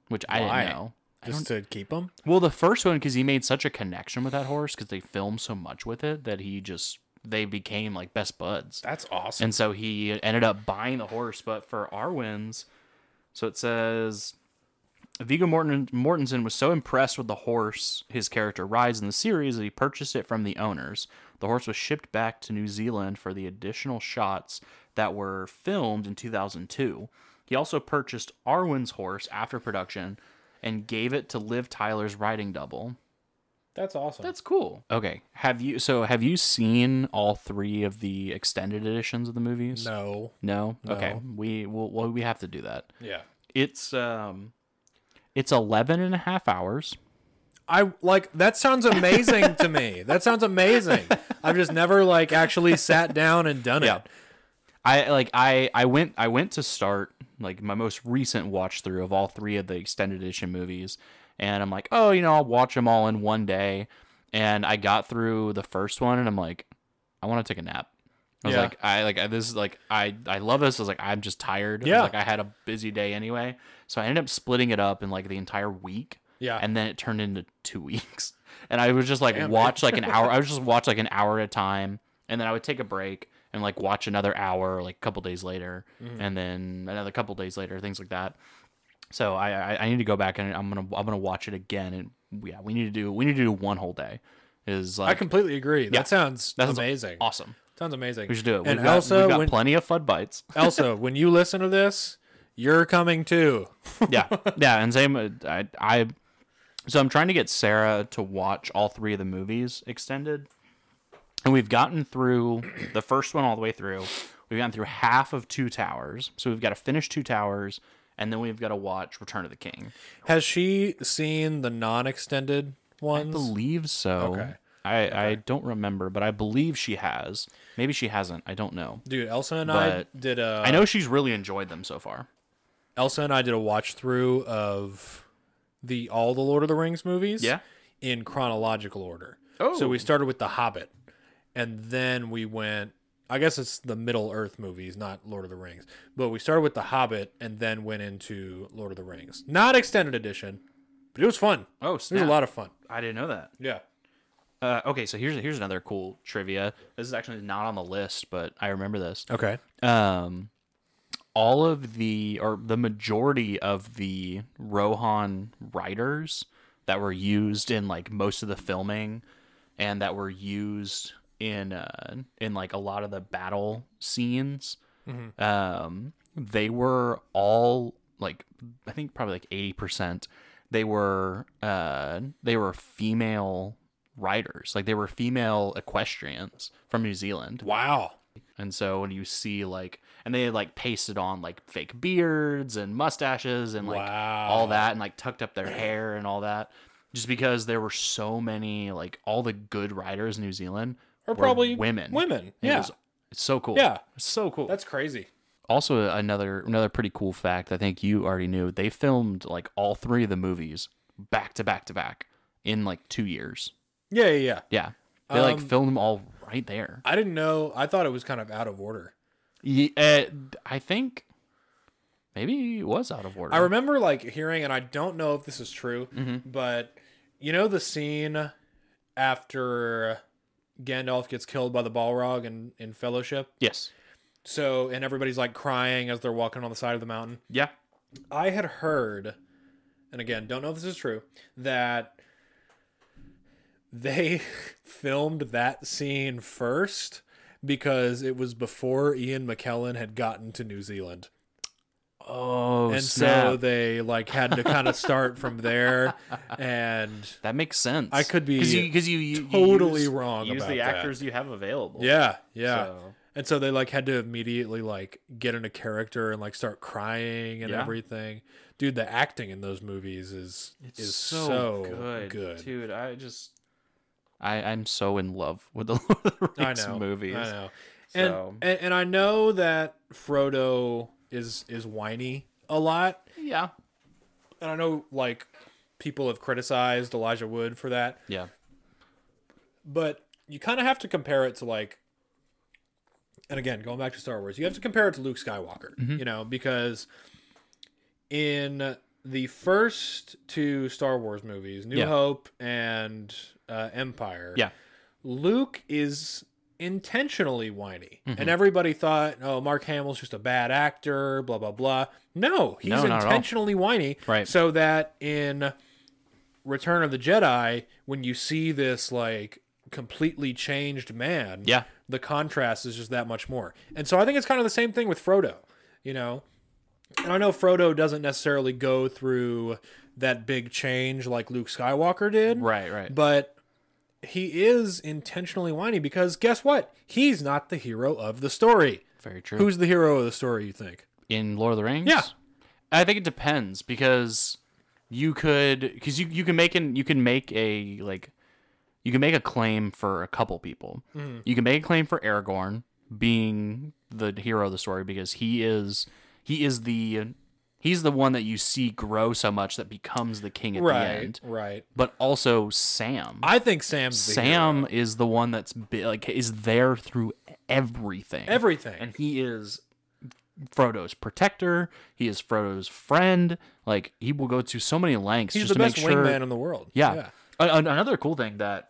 which I Why? didn't know. Just to keep them? Well, the first one because he made such a connection with that horse because they filmed so much with it that he just they became like best buds. That's awesome. And so he ended up buying the horse, but for Arwen's, so it says Viggo Morten- Mortensen was so impressed with the horse his character rides in the series that he purchased it from the owners. The horse was shipped back to New Zealand for the additional shots that were filmed in 2002. He also purchased Arwen's horse after production and gave it to Liv Tyler's riding double. That's awesome. That's cool. Okay. Have you so have you seen all three of the extended editions of the movies? no. No. Okay. We will well, we have to do that. Yeah. It's um it's 11 and a half hours. I like that sounds amazing to me. That sounds amazing. I've just never like actually sat down and done Yeah. it. I like I I went I went to start like my most recent watch through of all three of the extended edition movies and I'm like, "Oh, you know, I'll watch them all in one day." And I got through the first one and I'm like, "I want to take a nap." I was Yeah. like, "I like I- this is like I I love this." I was like, "I'm just tired." I was Yeah. like I had a busy day anyway. So I ended up splitting it up in like the entire week. Yeah. And then it turned into two weeks. And I would just like Damn, watch like an hour. I would just watch like an hour at a time. And then I would take a break and like watch another hour like a couple days later. Mm-hmm. And then another couple days later, things like that. So I, I I need to go back and I'm gonna I'm gonna watch it again and yeah we need to do we need to do one whole day is I like completely agree. That sounds That sounds amazing. awesome Sounds amazing. we should do it And we've got, Elsa, we've got when, plenty of fud bites Elsa, when you listen to this, you're coming too. yeah yeah and same uh, I, I so i'm trying to get sarah to watch all three of the movies extended and we've gotten through the first one all the way through we've gotten through half of two towers so we've got to finish two towers and then we've got to watch return of the king Has she seen the non-extended ones? believe so Okay. I, I don't remember, but I believe she has. Maybe she hasn't. I don't know. Dude, Elsa and I But- did a I know she's really enjoyed them so far. Elsa and I did a watch through of the all the Lord of the Rings movies. Yeah. In chronological order. Oh. So we started with The Hobbit, and then we went. I guess it's the Middle Earth movies, not Lord of the Rings. But we started with The Hobbit, and then went into Lord of the Rings, not extended edition, but it was fun. Oh, It was snap. a lot of fun. I didn't know that. Yeah. Uh, okay, so here's here's another cool trivia. This is actually not on the list, but I remember this. Okay. Um, all of the or the majority of the Rohan riders that were used in like most of the filming, and that were used in uh, in like a lot of the battle scenes, um, they were all like I think probably like eighty percent. They were uh, they were female riders, like they were female equestrians from New Zealand. Wow. And so when you see like, and they had like pasted on like fake beards and mustaches and like Wow. all that and like tucked up their hair and all that, just because there were so many like all the good riders in New Zealand Or were probably women. women, It yeah. was- it's so cool. Yeah. It's so cool. That's crazy. also another another pretty cool fact. I think you already knew. They filmed like all three of the movies back to back to back in like two years. Yeah, yeah, yeah. Yeah. They like Um, filmed them all right there. I didn't know. I thought it was kind of out of order. Yeah, uh, I think maybe it was out of order. I remember like hearing, and I don't know if this is true, but you know the scene after Gandalf gets killed by the Balrog in, in Fellowship. yes. So, and everybody's like crying as they're walking on the side of the mountain. Yeah. I had heard, and again, don't know if this is true, that they filmed that scene first because it was before Ian McKellen had gotten to New Zealand. Oh, and so they like had to kind of start from there and that makes sense. I could be because you, 'cause you, you you totally use- wrong Use about the that. actors you have available. yeah yeah So- and so they like had to immediately like get into character and like start crying and Yeah. everything dude the acting in those movies is is so, good, dude. I just, I I'm so in love with the Lord of the i Rings know movies. i know So- and, and and i know that frodo is is whiny a lot Yeah, and i know like people have criticized elijah wood for that yeah, but you kind of have to compare it to like and again going back to star wars you have to compare it to luke skywalker you know because in the first two star wars movies new Yeah. hope and uh, empire yeah, luke is intentionally whiny Mm-hmm. and everybody thought oh mark hamill's just a bad actor blah blah blah no he's No, not at all. intentionally whiny Right. so that in Return of the Jedi, when you see this like completely changed man, Yeah. the contrast is just that much more. And so I think it's kind of the same thing with Frodo, you know. And I know Frodo doesn't necessarily go through that big change like Luke Skywalker did, right, right. but he is intentionally whiny because guess what? He's not the hero of the story. Very true. Who's the hero of the story, you think? in Lord of the Rings? Yeah. I think it depends because you could because you, you can make an you can make a like you can make a claim for a couple people. Mm-hmm. You can make a claim for Aragorn being the hero of the story because he is he is the he's the one that you see grow so much that becomes the king at the end. right. But also Sam. I think Sam's the hero. Sam is the one that's be, like is there through everything. Everything. And he is Frodo's protector. He is Frodo's friend. Like he will go to so many lengths He's just the to best make sure. wingman in the world. yeah. A- a- another cool thing that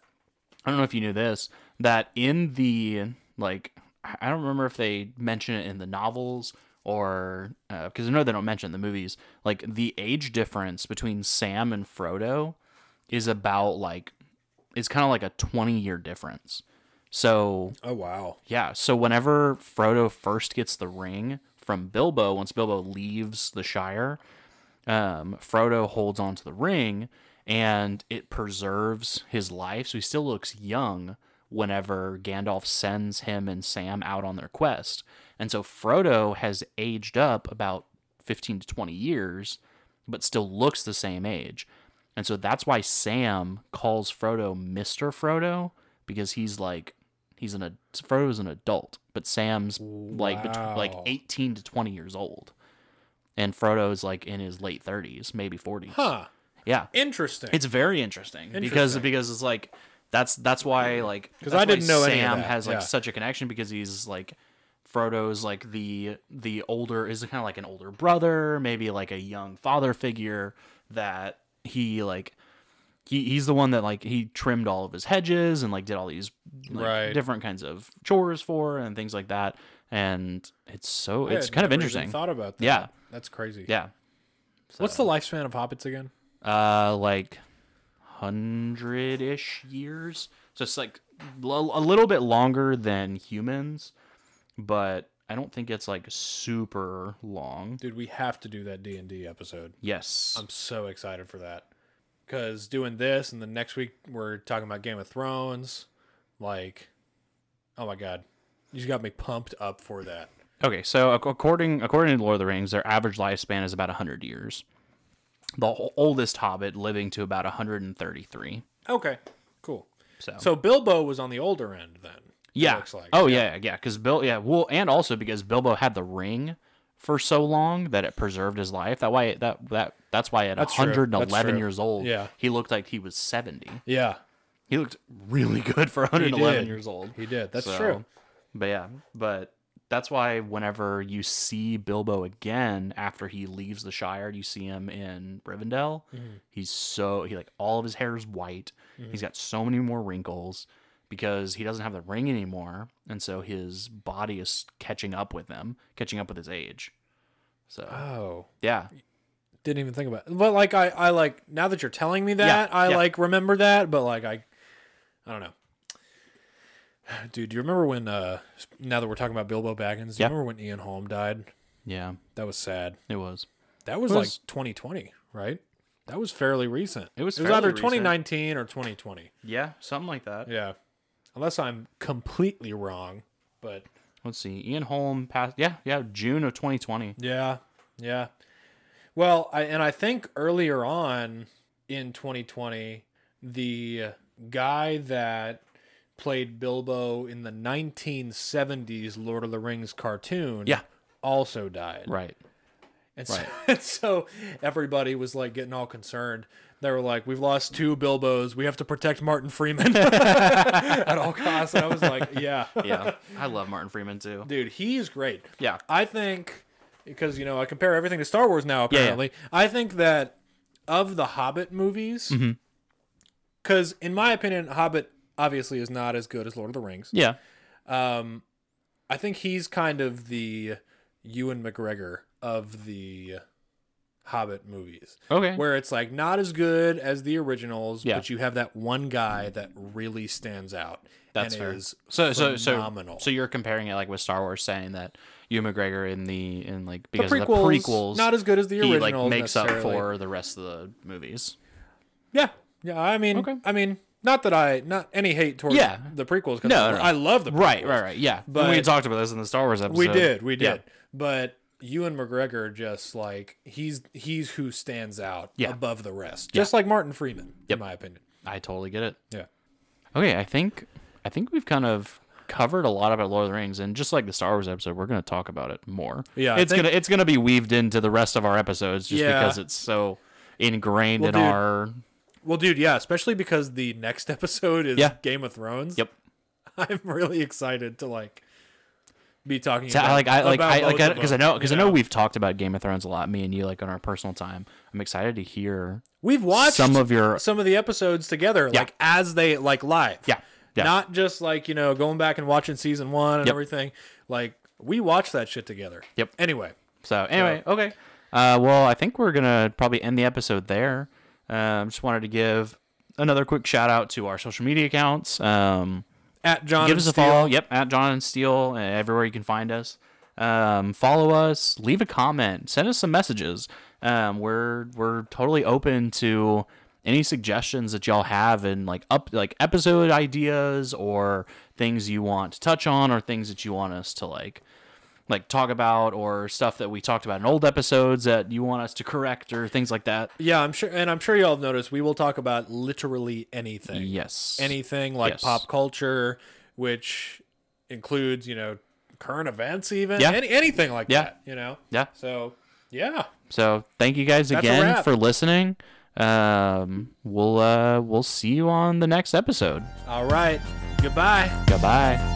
I don't know if you knew this that in the like I I don't remember if they mention it in the novels or because I know they don't mention it in the movies. Like the age difference between Sam and Frodo is about like it's kind of like a twenty year difference. So Oh wow. yeah. So whenever Frodo first gets the ring from Bilbo, once Bilbo leaves the Shire, um, Frodo holds on to the ring and it preserves his life. So he still looks young whenever Gandalf sends him and Sam out on their quest. And so Frodo has aged up about 15 to 20 years, but still looks the same age. And so that's why Sam calls Frodo Mr. Frodo because he's like, he's an ad- Frodo's an adult, but Sam's like bet- like Wow. 18 to 20 years old and Frodo's like in his late 30s, maybe 40s. Huh. Yeah. Interesting. It's very interesting, because Interesting. because it's like That's that's why like 'Cause that's I didn't why know Sam any of that, has like yeah. such a connection because he's like Frodo's like the the older is kind of like an older brother, maybe like a young father figure that he like he, he's the one that like he trimmed all of his hedges and like did all these like, Right. different kinds of chores for and things like that. And it's so I it's had kind of never even interesting. Thought about that. Yeah. that's crazy. Yeah. What's the lifespan of hobbits again? uh like 100-ish years so it's like l- a little bit longer than humans but i don't think it's like super long Dude, we have to do that D and D episode. yes I'm so excited for that because doing this and the next week we're talking about Game of Thrones. Like, oh my god, you got me pumped up for that. okay so ac- according according to lord of the rings their average lifespan is about 100 years the o- oldest hobbit living to about 133 Okay, cool. so, So Bilbo was on the older end then. it yeah looks like. oh yeah yeah because bill yeah well and also because bilbo had the ring for so long that it preserved his life that why that that that's why at That's true. That's 111 true. years old Yeah. he looked like he was 70 yeah, he looked really good for 111 did. years old he did. That's So, true. but yeah but that's why whenever you see bilbo again after he leaves the shire you see him in rivendell he's so he like all of his hair is white he's got so many more wrinkles because he doesn't have the ring anymore and so his body is catching up with him catching up with his age so Oh, yeah didn't even think about. It. But like, I, I like now that you're telling me that, I yeah. like remember that. But like, I, I don't know. Dude, do you remember when? uh Now that we're talking about Bilbo Baggins, do Yeah. you remember when Ian Holm died? yeah That was sad. it was That was, Was- like 2020, right? That was fairly recent. It was It was fairly either recent. 2019 or 2020. yeah something like that Yeah, unless I'm completely wrong. But let's see ian holm passed yeah yeah june of 2020 Yeah, yeah. Well, I, and I think earlier on in 2020, the guy that played Bilbo in the 1970s Lord of the Rings cartoon, Yeah. also died. right And so, and so everybody was like getting all concerned. They were like, "We've lost two Bilbos. We have to protect Martin Freeman at all costs." And I was like, "Yeah, yeah i love martin freeman too dude, he's great." yeah I think because you know I compare everything to Star Wars now. Yeah, yeah. Apparently, I think that of the Hobbit movies, Mm-hmm. because in my opinion, Hobbit obviously is not as good as Lord of the Rings. yeah Um, I think he's kind of the Ewan McGregor of the Hobbit movies, okay where it's like not as good as the originals, Yeah. but you have that one guy that really stands out. That's and fair. Is so so so phenomenal. so you're comparing it like with Star Wars, saying that Ewan McGregor in the in like because the of the prequels, not as good as the he originals. like makes up necessarily. for the rest of the movies. Yeah, yeah. I mean, Okay. I mean, not that I not any hate towards Yeah. the prequels. 'cause No, no, no. I love the prequels. Right, right, right. Yeah, but we But- talked about this in the Star Wars episode. We did, we did. Yeah. But Ewan McGregor just like he's he's who stands out Yeah. above the rest, just like Martin Freeman, in my opinion. I totally get it. Yeah, Okay, I think I think we've kind of covered a lot about Lord of the Rings, and just like the Star Wars episode, we're going to talk about it more. Yeah, I it's think- gonna it's gonna be weaved into the rest of our episodes just Yeah. because it's so ingrained in dude, our well, dude, yeah, especially because the next episode is Yeah. Game of Thrones. Yep. I'm really excited to like be talking. Yeah, about, like I like about I like both of because I them, know you because I know we've talked about Game of Thrones a lot, me and you like on our personal time. I'm excited to hear we've watched some of your some of the episodes together, Yeah. like as they like live. Yeah. Yeah. Not just like, you know, going back and watching season one and Yep. everything. Like we watched that shit together. Yep. Anyway. so anyway okay. Uh, well, I think we're gonna probably end the episode there. Um, just wanted to give another quick shout out to our social media accounts. Um, At John. give and us a Steel. follow. Yep, at John and Steele, uh, everywhere you can find us. Um, follow us, leave a comment, send us some messages. Um, we're we're totally open to any suggestions that y'all have and like up like episode ideas or things you want to touch on or things that you want us to like like talk about or stuff that we talked about in old episodes that you want us to correct or things like that. Yeah, I'm sure and I'm sure y'all have noticed we will talk about literally anything. Yes. Anything like Yes. pop culture, which includes, you know, current events even. Yeah. Any, anything like Yeah. that, you know? Yeah. So yeah. So thank you guys a again wrap. for listening. um, we'll uh, we'll see you on the next episode. All right. Goodbye. Goodbye.